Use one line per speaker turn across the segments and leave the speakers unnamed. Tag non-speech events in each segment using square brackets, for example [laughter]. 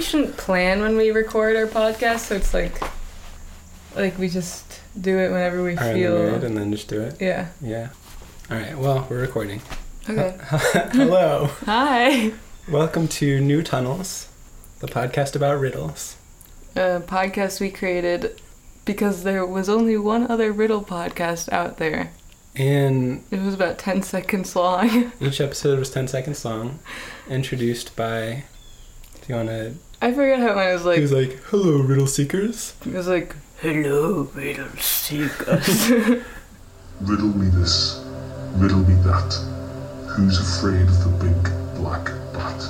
shouldn't plan when we record our podcast, so it's like, like we just do it whenever we
Are in the
feel.
mood and then just do it.
Yeah.
Yeah. All right. Well, we're recording.
Okay.
Hello.
Hi.
Welcome to New Tunnels, the podcast about riddles.
A podcast we created because there was only one other riddle podcast out there.
And
It was about ten seconds long. [laughs]
each episode was 10 seconds long, introduced by. Do you want to?
I forget how mine was like.
he was like, "Hello, riddle seekers."
It was like, hello, riddle seekers.
Riddle me this, riddle me that. Who's afraid of the big black bat?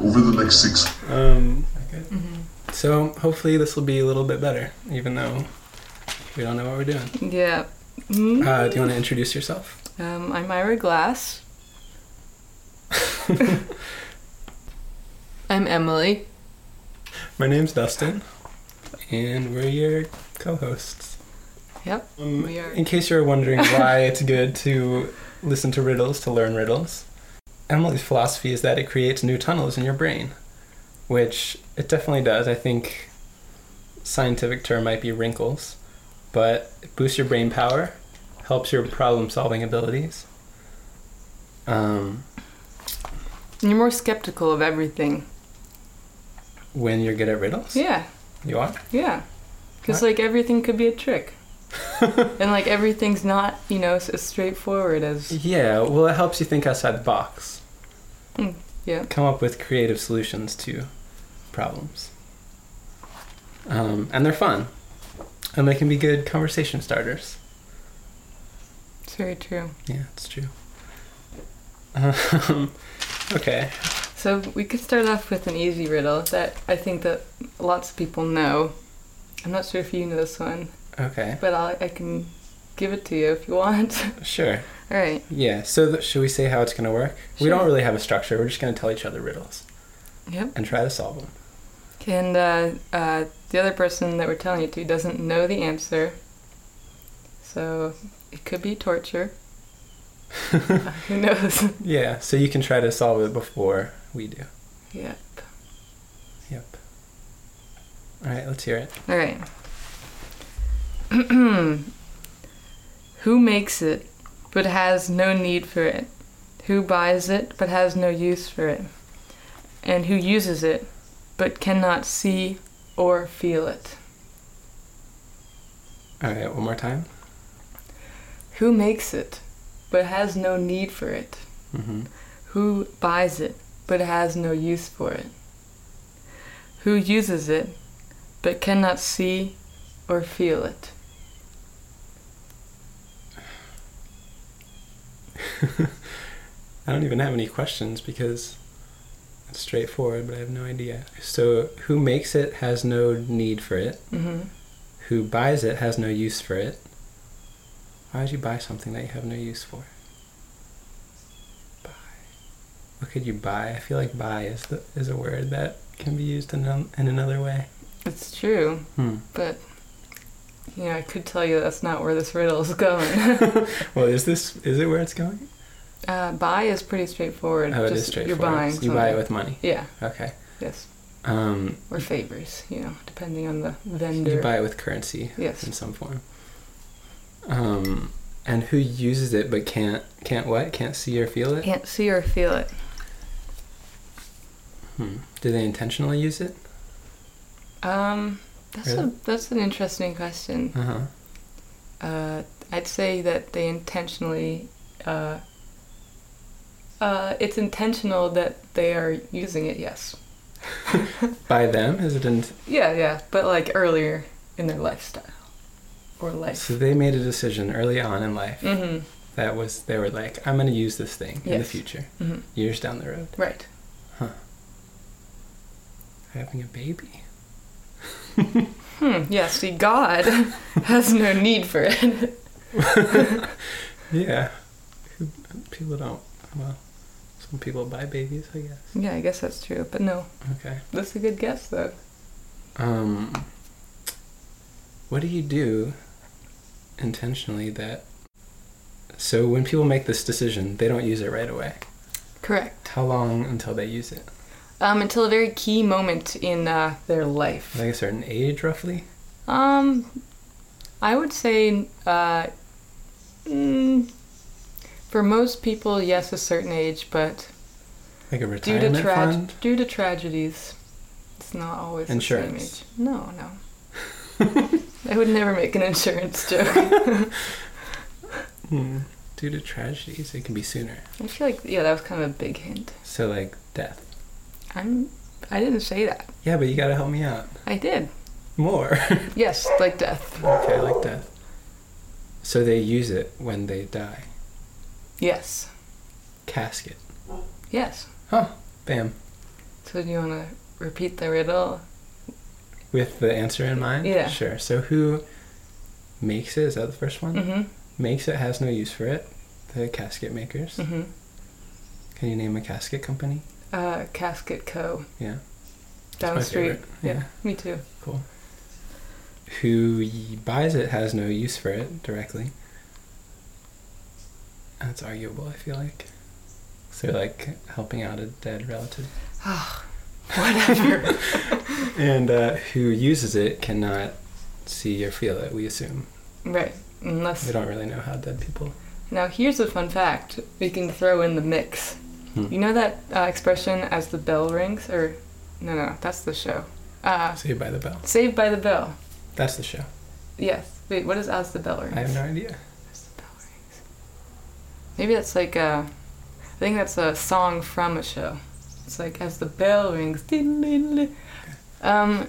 Over the next six
Um, Mm-hmm. So hopefully this will be a little bit better, even though we don't know what we're doing.
yeah. Hmm?
Uh, do you want to introduce yourself?
Um, I'm Ira Glass. [laughs] I'm Emily.
My name's Dustin, and we're your co-hosts.
Yep.
Um,
We are-
In case you're wondering why it's good to listen to riddles to learn riddles, Emily's philosophy is that it creates new tunnels in your brain, which it definitely does. I think scientific term might be wrinkles, but it boosts your brain power, helps your problem solving abilities. Um,
You're more skeptical of everything.
when you're good at riddles,
Yeah,
you are. [laughs]
yeah. Because, like, everything could be a trick. and, like, everything's not, you know, s- as straightforward as.
Yeah, well, it helps you think outside the box,
Hmm, Yeah.
come up with creative solutions to problems. Um, and they're fun, and they can be good conversation starters.
It's very true.
Yeah, it's true. Um, [laughs] okay,
So, we could start off with an easy riddle that I think that lots of people know. I'm not sure if you know this one,
okay,
but I'll, I can give it to you if you want. [laughs]
sure.
All right.
Yeah, so th- should we say how it's going to work? We
Sure.
don't really have a structure, we're just going to tell each other riddles
Yep.
and try to solve them.
And uh, uh, the other person that we're telling it to doesn't know the answer. So it could be torture. Uh, Who knows?
Yeah, so you can try to solve it before we do.
yeah.
Yep. All right, let's hear it.
All right. [clears throat] Who makes it but has no need for it? Who buys it but has no use for it? And who uses it but cannot see or feel it?
All right, one more time.
Who makes it but has no need for it?
hmm
Who buys it but has no use for it? Who uses it but cannot see or feel it?
I don't even have any questions because it's straightforward, but I have no idea. So, who makes it has no need for it.
hmm
Who buys it has no use for it. Why would you buy something that you have no use for? Buy. What could you buy? I feel like "buy" is the, is a word that can be used in, an, in another way.
It's true,
Hmm.
but you know, I could tell you that's not where this riddle is going. [laughs]
Well, is this is it where it's going?
uh, buy is pretty straightforward.
Oh, it is
Just
straightforward.
You're buying.
you buy
something.
it with money.
Yeah.
Okay.
Yes.
Um,
Or favors. You know, depending on the
You
vendor.
buy it with currency
Yes.
in some form. Um, and who uses it but can't can't what? Can't see or feel it?
Can't see or feel it.
Hmm. Do they intentionally use it?
Um, that's a
Really?
that's an interesting question.
Uh huh.
Uh, I'd say that they intentionally. Uh, uh, it's intentional that they are using it. Yes.
By them? Is it? In-
Yeah, yeah, but like earlier in their lifestyle or life.
so they made a decision early on in life
Mm-hmm.
that was they were like, I'm going to use this thing in the
Yes.
future,
Mhm.
years down the road.
Right.
Having a baby.
Hmm. Yeah. See, God [laughs] has no need for it.
Yeah. Who- People don't. Well, some people buy babies, I guess.
[laughs] Yeah, I guess that's true. But no,
Okay.
that's a good guess though.
Um, what do you do intentionally that? So when people make this decision, they don't use it right away.
Correct.
How long until they use it?
um, until a very key moment in uh, their life.
Like a certain age, roughly.
Um, I would say uh, mm, for most people, yes, a certain age, but
Like a
due to
retirement fund.
trag- due to tragedies, it's not always
Insurance.
the same age. No, [laughs] no. I would never make an insurance
[laughs]
joke.
Hmm. Due to tragedies, it can be sooner.
I feel like yeah, that was kind of a big hint.
So like death.
I'm. I didn't say that.
Yeah, but you gotta help me out
I did.
more. [laughs]
Yes, like death.
okay, I like death. So they use it when they die.
Yes.
Casket.
Yes.
Huh. Bam.
So do you want to repeat the riddle?
With the answer in mind.
Yeah.
Sure. So who makes it? Is that the first one?
Mm-hmm.
Makes it has no use for it. The casket makers.
Mm-hmm.
Can you name a casket company?
Uh, Casket Co.
Yeah.
Down the
my
street.
favorite.
Yeah.
Yeah.
Me too.
Cool. Who y- buys it has no use for it directly. That's arguable, I feel like. So, like, helping out a dead relative.
Whatever. [laughs]
And uh, who uses it cannot see or feel it, we assume.
right.
We
Unless
don't really know how dead people.
now here's a fun fact we can throw in the mix.
Hmm.
You know that uh, expression as the bell rings, or no, no, that's the show. Uh,
Saved by the Bell.
Saved by the Bell.
That's the show.
Yes. Wait, what is as the bell rings?
I have no idea.
As the bell rings. Maybe that's like a. I think that's a song from a show. It's like as the bell rings. diddle-diddle." Um,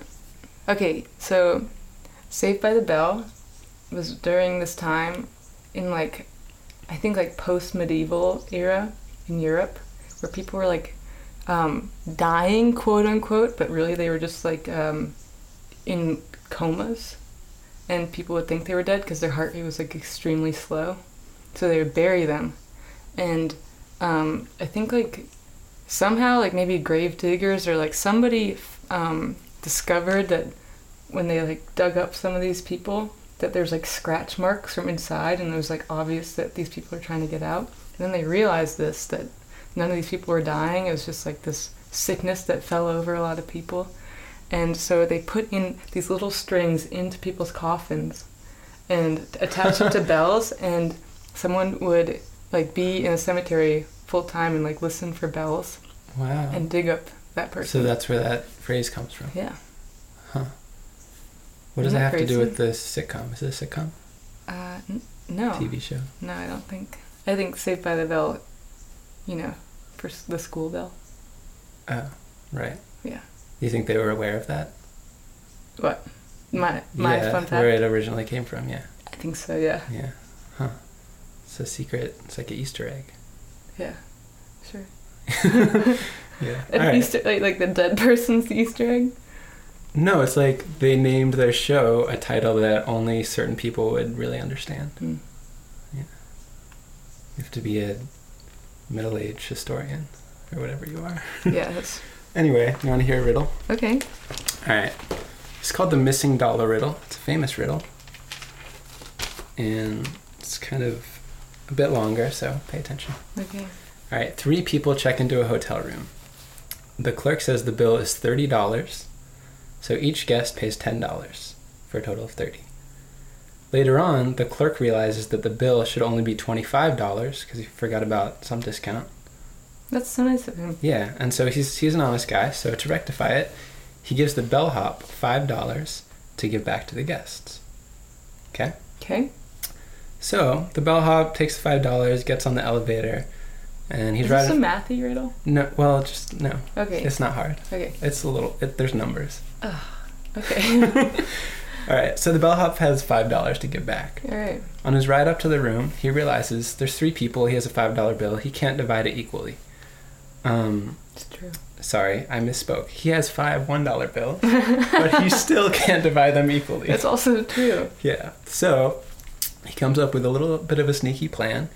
okay, so Saved by the Bell was during this time in like, I think like post medieval era in Europe, where people were like um, dying, quote unquote, but really they were just like um, in comas and people would think they were dead because their heart rate was like extremely slow. So they would bury them, and um, I think like somehow like maybe grave diggers or like somebody um, discovered that when they like dug up some of these people that there's like scratch marks from inside and it was like obvious that these people are trying to get out. And then they realized this that none of these people were dying. It was just like this sickness that fell over a lot of people. And so they put in these little strings into people's coffins and attach
[laughs]
them to bells and someone would like be in a cemetery full time and like listen for bells
Wow.
and dig up that person.
Oh. so, that's where that phrase comes from.
yeah.
What does
Isn't
that
that
have to do
crazy?
with the sitcom? Is it a sitcom?
Uh, n- no.
TV show?
No, I don't think. I think Saved by the Bell, you know, for s- the school bell.
Oh, right.
Yeah.
You think they were aware of that?
What? My my
yeah,
fun fact.
where it originally came from, yeah.
I think so. Yeah.
Yeah. Huh. It's a secret. It's like an Easter egg. [laughs]
Yeah. Sure.
Yeah.
An Easter like, like the dead [laughs] person's Easter
[laughs]
egg.
No, it's like they named their show a title that only certain people would really understand.
Hmm.
Yeah. You have to be a middle-aged historian or whatever you are.
yeah. That's,
Anyway, you want to hear a riddle?
okay.
All right. It's called the missing dollar riddle. It's a famous riddle. And it's kind of a bit longer, so pay attention.
Okay.
All right, three people check into a hotel room. The clerk says the bill is $30, so each guest pays $10 for a total of 30. Later on, the clerk realizes that the bill should only be $25 because he forgot about some discount.
That's so nice of him.
Yeah, and so he's he's an honest guy, so to rectify it, he gives the bellhop $5 to give back to the guests. Okay?
Okay.
So, the bellhop takes the $5, gets on the elevator, and he's
Is
right
this a mathy riddle?
No, well, just no.
Okay.
It's not hard.
Okay.
It's a little. It, there's numbers.
Okay. [laughs]
[laughs] All right. So the bellhop has five dollars to give back.
All right.
On his ride up to the room, he realizes there's three people. He has a five dollar bill. He can't divide it equally. Um,
It's true.
sorry, I misspoke. He has five one dollar bills, but he still can't divide them equally.
That's also true.
Yeah. So he comes up with a little bit of a sneaky plan.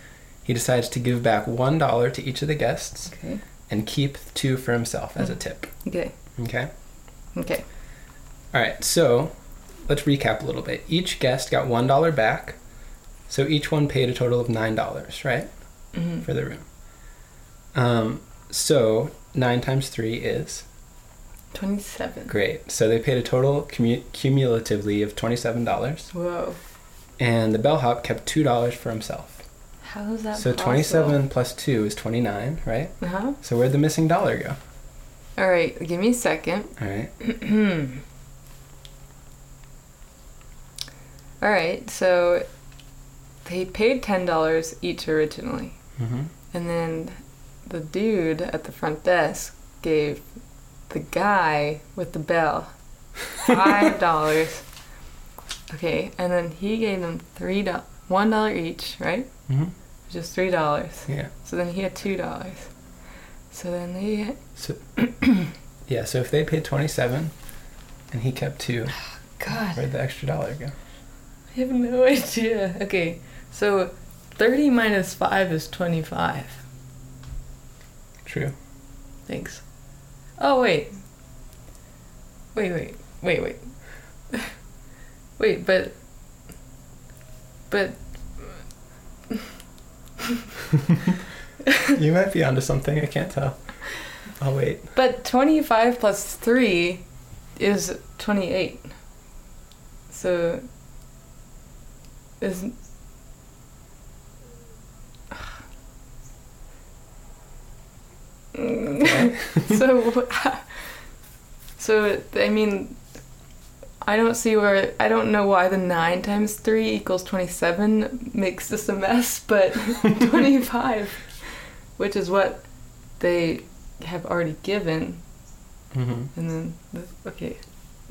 He decides to give back one dollar to each of the guests
Okay.
and keep two for himself as a tip.
Okay.
Okay.
Okay.
All right, so let's recap a little bit. Each guest got one dollar back, so each one paid
Mm-hmm.
a total of nine dollars, right,
hmm
for the room. Um, so 9 times 3 is?
27.
Great. So they paid a total commu- cumulatively of $27,
Whoa.
and the bellhop kept $2 for himself.
How is that
So
possible?
27 plus 2 is 29, right?
Uh-huh.
So where'd the missing dollar go?
All right, give me a second.
All right.
All right, so they paid $10 each originally.
Mm-hmm.
And then the dude at the front desk gave the guy with the bell five dollars. Okay, and then he gave them three dollars, one dollar each, right?
Mhm.
Just three dollars.
Yeah.
So then he had two dollars. So then they
So [clears throat] yeah. So if they paid 27, and he kept two,
God,
where'd the extra dollar go?
I have no [laughs] idea. Okay, so thirty minus five is twenty-five.
True.
Thanks. Oh wait. Wait, wait, wait, wait. [laughs] wait, but but
you might be onto something. I can't tell. I'll wait.
but 25 plus 3 is 28. So is
Okay.
[laughs] so [laughs] wha- so I mean I don't see where I don't know why the 9 times 3 equals 27 makes this a mess but 25 which is what they have already given
hmm
and then the, okay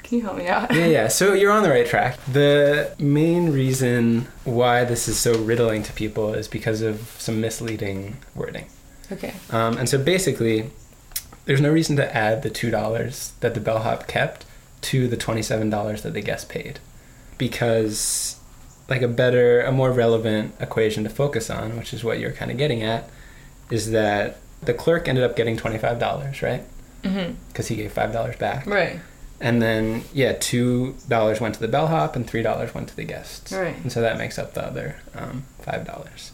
can you help me out
Yeah, yeah. So you're on the right track. The main reason why this is so riddling to people is because of some misleading wording.
[laughs] okay
Um, and so basically, there's no reason to add the $2 that the bellhop kept to the $27 that the guest paid. Because, like, a better, a more relevant equation to focus on, which is what you're kind of getting at, is that the clerk ended up getting $25, right?
hmm
Because he gave $5 back.
right
And then, yeah, $2 went to the bellhop and $3 went to the guests.
Right.
And so that makes up the other um, $5.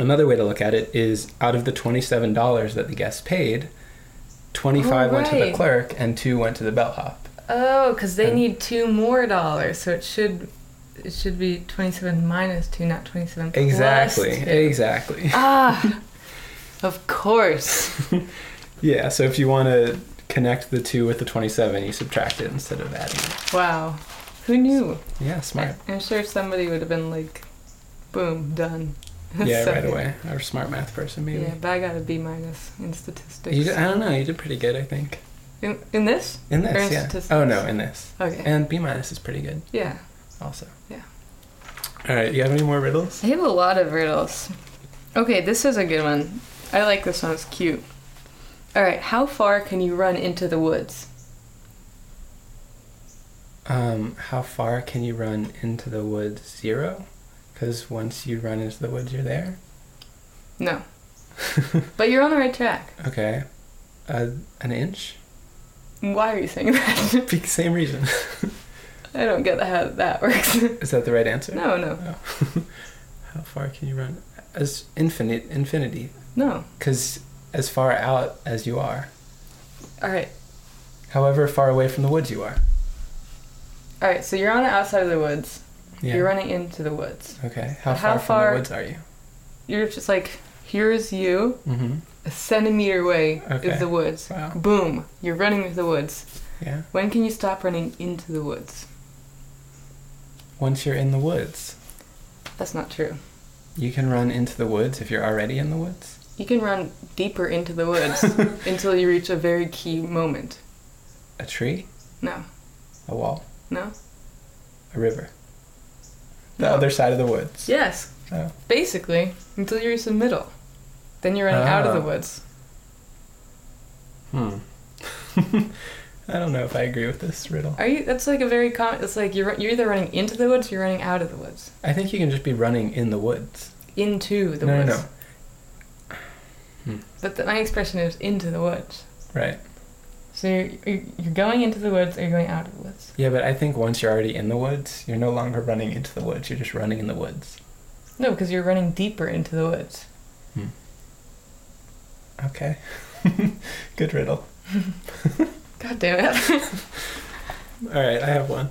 Another way to look at it is out of the $27 that the guests paid, 25 went to the
right.
clerk and 2 went to the bellhop.
oh because they
And-
need two more dollars so it should it should be 27 minus 2 not 27 plus
Exactly.
two.
Exactly. [laughs]
ah of course
Yeah, so if you want to connect the 2 with the 27, you subtract it instead of adding it.
Wow. Who knew?
Yeah,
[laughs]
smart.
I- I'm sure somebody would have been like, boom, done. [laughs]
Yeah,
So-
right away. I'm a smart math person, maybe.
Yeah, but I got a B minus in statistics.
You did, I don't know, you did pretty good, I think.
in, in this?
In
Or
this,
in
yeah.
statistics.
Oh, no, in this.
Okay.
And B minus is pretty good,
yeah.
also.
Yeah.
All right. You have any more riddles?
I have a lot of riddles. Okay, this is a good one. I like this one. It's cute. All right, how far can you run into the woods?
Um, how far can you run into the woods? Zero, because once you run into the woods, you're there. [laughs]
No. but you're on the right track.
Okay. Uh, an inch. [laughs]
Why are you saying that? [laughs]
Be- Same reason. [laughs]
I don't get how that works.
is that the right answer?
no, no,
Oh. [laughs] how far can you run? As infinite, infinity.
no.
Because as far out as you are,
All right,
however far away from the woods you are.
all right. So you're on the outside of the woods.
Yeah.
You're running into the woods.
Okay. How far,
How
from
far-
the woods are you?
You're just like, here's you,
Mm-hmm.
a centimeter away
Okay.
is the woods.
Wow.
Boom, you're running into the woods.
Yeah.
When can you stop running into the woods?
Once you're in the woods.
That's not true.
You can run into the woods if you're already in the woods.
You can run deeper into the woods
[laughs]
until you reach a very key moment.
A tree,
No,
a wall,
no?
a river. The
No.
other side of the woods.
Yes,
Oh.
basically, until you reach the middle. Then you're running out of the
Ah.
woods.
Hmm. [laughs] I don't know if I agree with this riddle.
Are you? That's like a very common. It's like you're you're either running into the woods, or you're running out of the woods.
I think you can just be running in the woods.
Into the
no,
woods.
no, no.
But the, my expression is into the woods.
Right.
So you're, you're you're going into the woods or you're going out of the woods.
Yeah, but I think once you're already in the woods, you're no longer running into the woods. You're just running in the woods.
No, because you're running deeper into the woods.
Okay. [laughs] Good riddle.
God damn it. [laughs]
All right, I have one.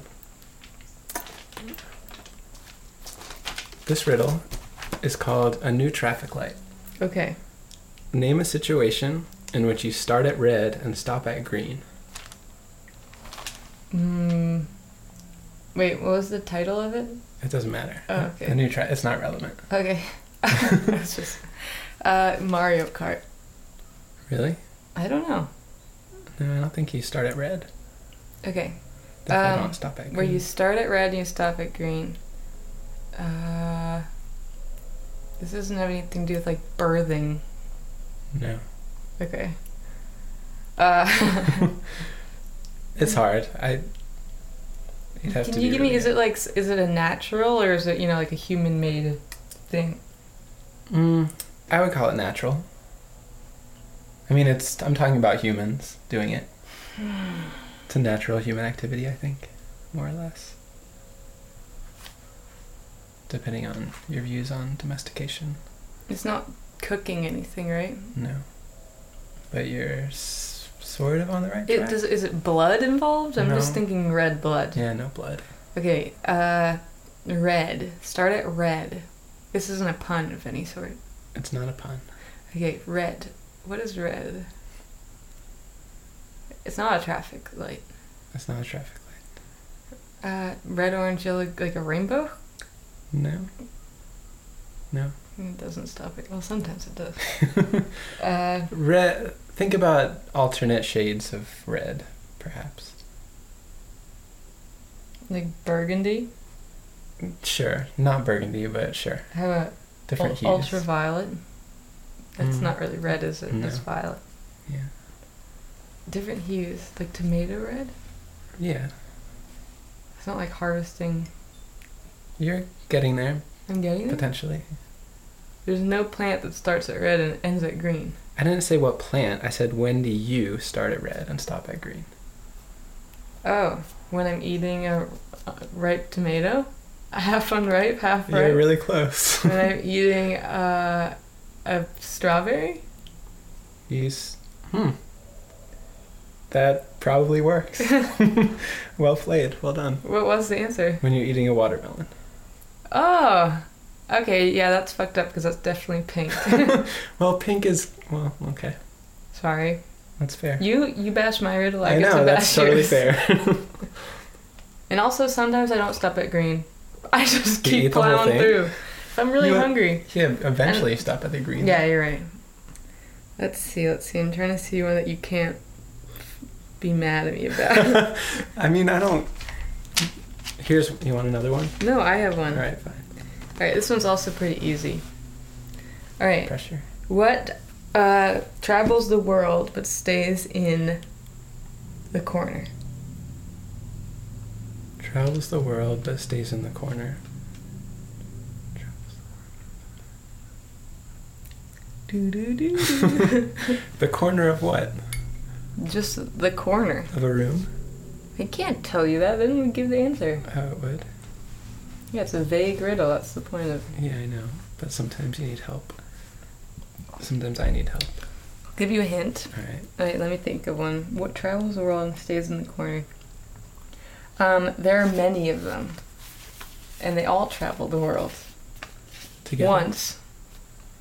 This riddle is called a new traffic light.
okay.
Name a situation in which you start at red and stop at green.
Mm. Wait, what was the title of it?
It doesn't matter.
Oh, okay.
A new tra- it's not relevant. [laughs]
Okay. [laughs] That's just uh, Mario Kart.
Really?
I don't know.
No, I don't think you start at red.
Okay.
Definitely
Um,
don't stop at green.
Where you start at red and you stop at green. Uh, this doesn't have anything to do with like birthing.
No.
Okay. Uh,
It's hard. I.
[laughs]
You'd have
Mm. can
to
you
be
give me?
really-
Is it like? s- Is it a natural or is it you know like a human made thing?
Mm, I would call it natural. I mean, it's. I'm talking about humans
[sighs]
doing it. It's a natural human activity, I think, more or less. Depending on your views on domestication,
It's not cooking anything, right?
no. But you're s- sort of on the right
It
track.
does. Is it blood involved? I'm just
No.
thinking red blood.
yeah, no blood.
Okay. Uh, red. Start at red. This isn't a pun of any sort.
It's not a pun.
Okay, red. What is red? It's not a traffic light.
It's not a traffic light.
Uh, red, orange, yellow, like a rainbow?
No. [laughs] No.
It doesn't stop it. Well, sometimes it does. uh,
Red. Think about alternate shades of red, perhaps.
like burgundy?
Sure, not burgundy, but sure,
How about
different
ul-
hues.
ultraviolet? That's
Mm.
not really red, is it? That's
No.
violet.
yeah,
Different hues, like tomato red?
yeah,
It's not like harvesting.
you're getting there
I'm getting it.
potentially.
There's no plant that starts at red and ends at green.
I didn't say what plant. I said when do you start at red and stop at green?
Oh, when I'm eating a a ripe tomato, [laughs] half unripe, half ripe.
really close.
when
[laughs]
I'm eating uh, a strawberry,
Use. Hmm. That probably
[laughs]
works. [laughs] well played. Well done.
what was the answer?
When you're eating a watermelon.
[laughs] Oh, okay, yeah, that's fucked up because that's definitely pink. [laughs]
Well, pink is well. Okay,
Sorry,
that's fair.
you you bash my riddle. I,
I
get to
know that's
bash
totally
yours.
fair.
[laughs]
[laughs]
And also, sometimes I don't stop at green. [laughs] I just
You eat
keep
the whole
plowing
thing?
through. If I'm really
You-
hungry.
yeah, eventually you stop at the green. [laughs]
Yeah, you're right. Let's see, let's see. I'm trying to see one that you can't be mad at me about. [laughs]
I mean, I don't. Here's you want another one?
no, I have one.
All right, fine.
All right, this one's also pretty easy. All right,
Pressure.
what uh, travels the world but stays in the corner?
Travels the world but stays in the corner.
Do do do. [laughs] do.
The corner of what?
Just the corner.
Of a room?
I can't tell you that. Then we give the answer.
How it would?
Yeah, it's a vague riddle. That's the point of.
Yeah, I know. But sometimes you need help. Sometimes I need help.
I'll give you a hint.
All right.
All right, let me think of one. What travels the world and stays in the corner? Um, there are many of them, and they all travel the world
Together.
once.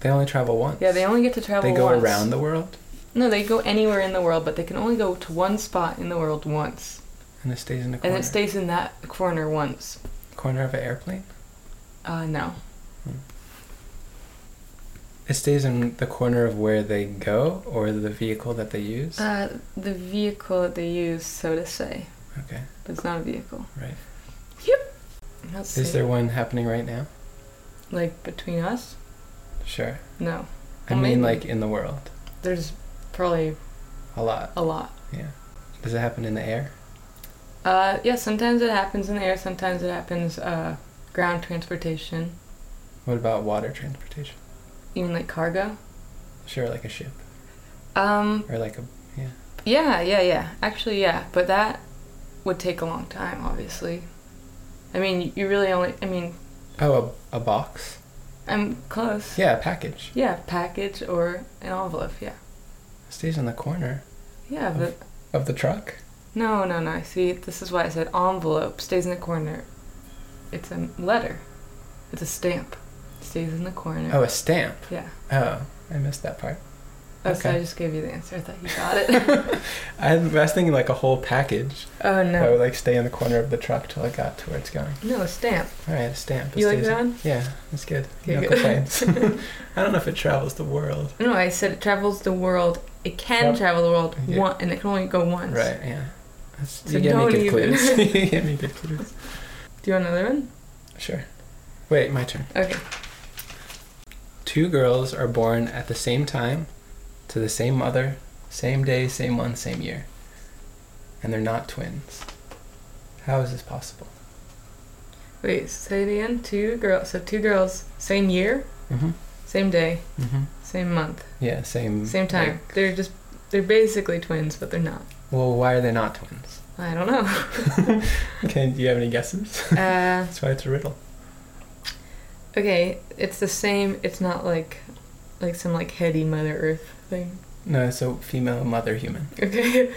They only travel once.
Yeah, they only get to travel.
They go
once.
around the world
No, they go anywhere in the world, but they can only go to one spot in the world once.
and it stays in the
And
corner.
it stays in that corner once.
corner of an airplane.
Uh, no.
It stays in the corner of where they go or the vehicle that they use.
Uh, the vehicle that they use, so to say.
Okay.
But it's not a vehicle.
Right.
Yep. Let's
Is
see.
there one happening right now?
Like between us?
Sure.
No.
I
Well, maybe.
mean, like in the world,
There's probably
a lot.
a lot.
Yeah. Does it happen in the air?
Uh, yeah, sometimes it happens in the air, sometimes it happens uh, ground transportation,
What about water transportation?
even like cargo.
Sure, like a ship
Um,
or like a
Yeah, yeah, yeah. Actually, yeah, but that would take a long time, obviously. I mean, you really only. I mean,
oh a, a box.
I'm close.
Yeah, a package.
Yeah, package or an envelope. Yeah.
stays in the corner
Yeah, but
of the truck.
no, no, no. See, this is why I said envelope stays in the corner. It's a letter. It's a stamp. Stays in the corner.
Oh, a stamp.
Yeah.
Oh, I missed that part. [laughs]
Oh, so
okay.
I just gave you the answer. I thought you got
[laughs]
it.
I was thinking like a whole package
oh
that
no.
would like stay in the corner of the truck till I got to where it's going.
No a stamp.
All right, a stamp. It
You like
stays-
that one?
Yeah, it's good.
Okay,
no
good. [laughs]
complaints. [laughs] I don't know if it travels the world.
No, I said it travels the world. It can
Well,
travel the world
yeah.
one, and it can only go once.
Right. Yeah. That's,
So
you get me
don't
good
even.
clues.
[laughs]
[laughs] you get me good clues.
Do you want another one?
Sure. Wait, my turn.
Okay.
Two girls are born at the same time, to the same mother, same day, same month, same year, and they're not twins. How is this possible?
Wait. Say it again. Two girls. So two girls. Same year.
Mm-hmm.
Same day.
Mm-hmm.
Same month.
Yeah. Same.
Same time.
like,
they're just. They're basically twins, but they're not.
well, why are they not twins? [laughs]
I don't know.
Can do you have any guesses? [laughs]
uh,
That's why it's a riddle.
okay. It's the same. It's not like, like some like heady Mother Earth thing.
No, so female, mother, human.
Okay.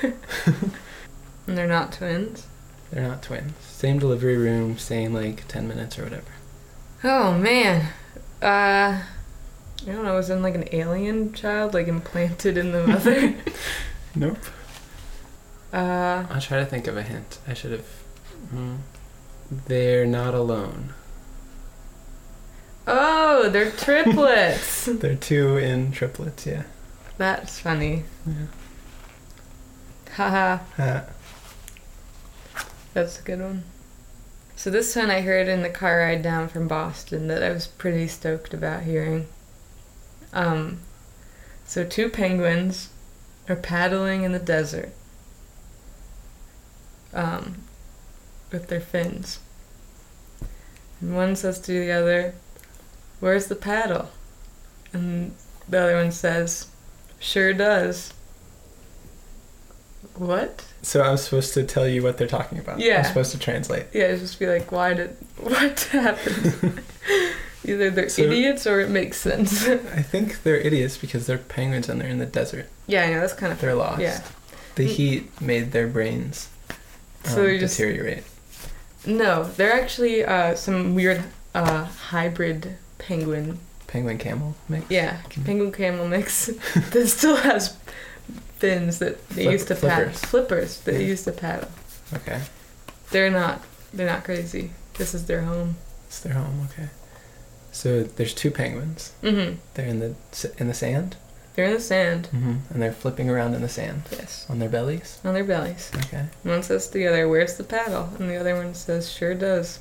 and they're not twins.
They're not twins. Same delivery room, same like ten minutes or whatever.
Oh man. Uh I don't know, was in like an alien child like implanted in the mother?
Nope.
uh
I'll try to think of a hint. I should have. Mm. They're not alone.
Oh, they're triplets.
They're two in triplets. Yeah.
That's funny.
Yeah.
Haha,
Uh,
that's a good one. So this one I heard in the car ride down from Boston that I was pretty stoked about hearing. Um so two penguins are paddling in the desert. Um with their fins. And one says to the other, Where's the paddle? And the other one says, Sure does. What?
so I'm supposed to tell you what they're talking about.
Yeah.
I'm supposed to translate.
Yeah, it'd just be like, why did [laughs] what happened?
[laughs]
Either they're
So-
idiots or it makes sense. [laughs]
I think they're idiots because they're penguins and they're in the desert.
yeah, I know that's kind of
They're lost.
Yeah.
The heat made their brains um,
So they're just-
deteriorate.
no. They're actually uh, some weird uh, hybrid penguin.
Penguin camel mix.
Yeah,
Mhm.
penguin camel mix [laughs] that still has fins that they
Flip-
used to paddle.
flippers.
Flippers that they
Yeah.
used to paddle.
Okay.
They're not. They're not crazy. This is their home.
It's their home. Okay. So there's two penguins.
Mm-hmm.
They're in the s- in the sand.
They're in the sand.
Mm-hmm. And they're flipping around in the sand
Yes.
on their bellies.
On their bellies.
Okay.
One says to the other, "Where's the paddle?" And the other one says, "Sure does."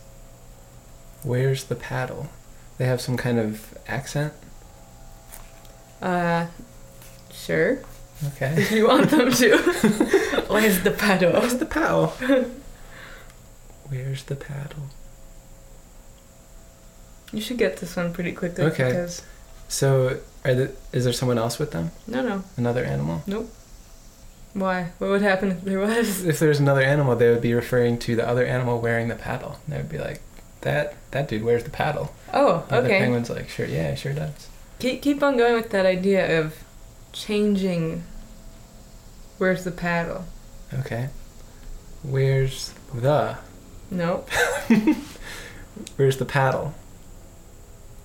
Where's the paddle? They have some kind of accent.
Uh, sure. [laughs]
Okay.
If you want them
[laughs]
to. Where's the paddle?
Where's the paddle? [laughs] Where's the paddle?
You should get this one pretty quickly.
Okay.
Because
So, are the, is there someone else with them?
no, no.
Another animal?
Why? What would happen if there was?
If there's another animal, they would be referring to the other animal wearing the paddle. They would be like, "That that dude wears the paddle."
Oh,
And The
okay.
penguin's like, "Sure, yeah, sure does."
Keep keep on going with that idea of changing. Where's the paddle?
Okay. Where's the
Nope.
where's the paddle?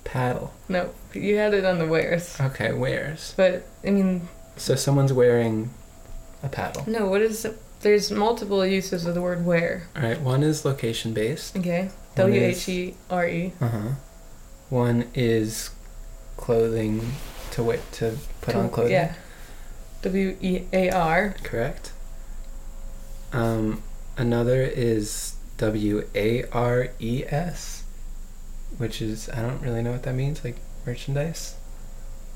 Paddle.
Nope. You had it on the where's.
Okay, where's?
But I mean,
So someone's wearing a paddle.
no. What is? There's multiple uses of the word where.
All right, one is location based.
Okay.
One
W
is-
h e r e.
Uh huh. One is clothing to wait to put on clothing.
Yeah. W e a r.
Correct. Um, another is W A R E S, which is I don't really know what that means. Like merchandise,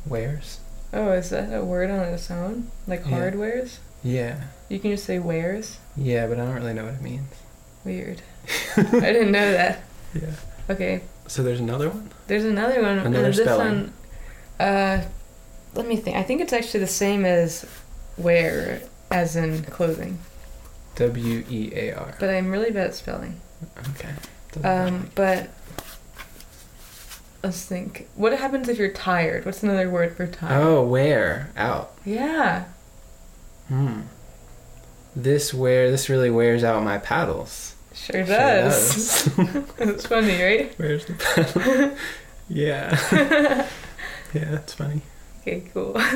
wares.
Oh, is that a word on its own? Like
Yeah.
hardwares?
Yeah,
You can just say wares?
yeah, but I don't really know what it means. [laughs]
Weird. I didn't know that.
Yeah.
Okay.
So there's another one.
There's another one. and
Another
this
spelling.
one uh let me think. I think it's actually the same as wear as in clothing.
W E A R.
But I'm really bad at spelling.
Okay. Doesn't
Um
matter.
but let's think. What happens if you're tired? What's another word for tired?
Oh, wear Oh, out.
Yeah.
Hmm. This wear this really wears out my paddles.
Sure
Sure
[laughs] does.
[laughs] does.
it's funny, right?
Where's the paddle? [laughs] yeah.
[laughs]
yeah, that's funny.
Okay, cool. [laughs]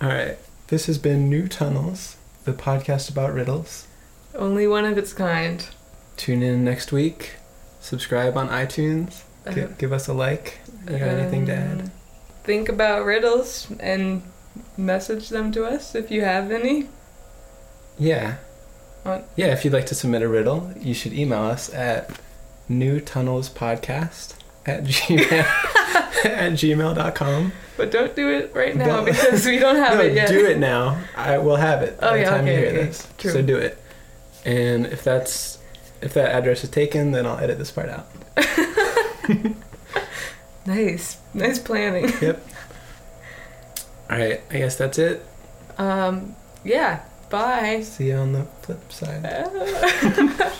All right. This has been New Tunnels, the podcast about riddles.
Only one of its kind.
Tune in next week. Subscribe on iTunes. Gi-
Uh,
give us a like. You got anything to add?
um, Think about riddles and message them to us if you have any.
Yeah.
On-
Yeah, if you'd like to submit a riddle, you should email us at newtunnelspodcast at [laughs] gmail at gmail.com.
But don't do it right now
Don't-
because we don't [laughs] have
[laughs] no,
it yet.
do it now. I will have it
Oh,
by
yeah,
the time
okay,
you hear
okay.
this.
True.
So do it. And if that's if that address is taken, then I'll edit this part out.
[laughs] Nice. Nice planning. [laughs]
Yep. All right, I guess that's it.
Um, yeah. Bye.
See you on the flip side.
Ah.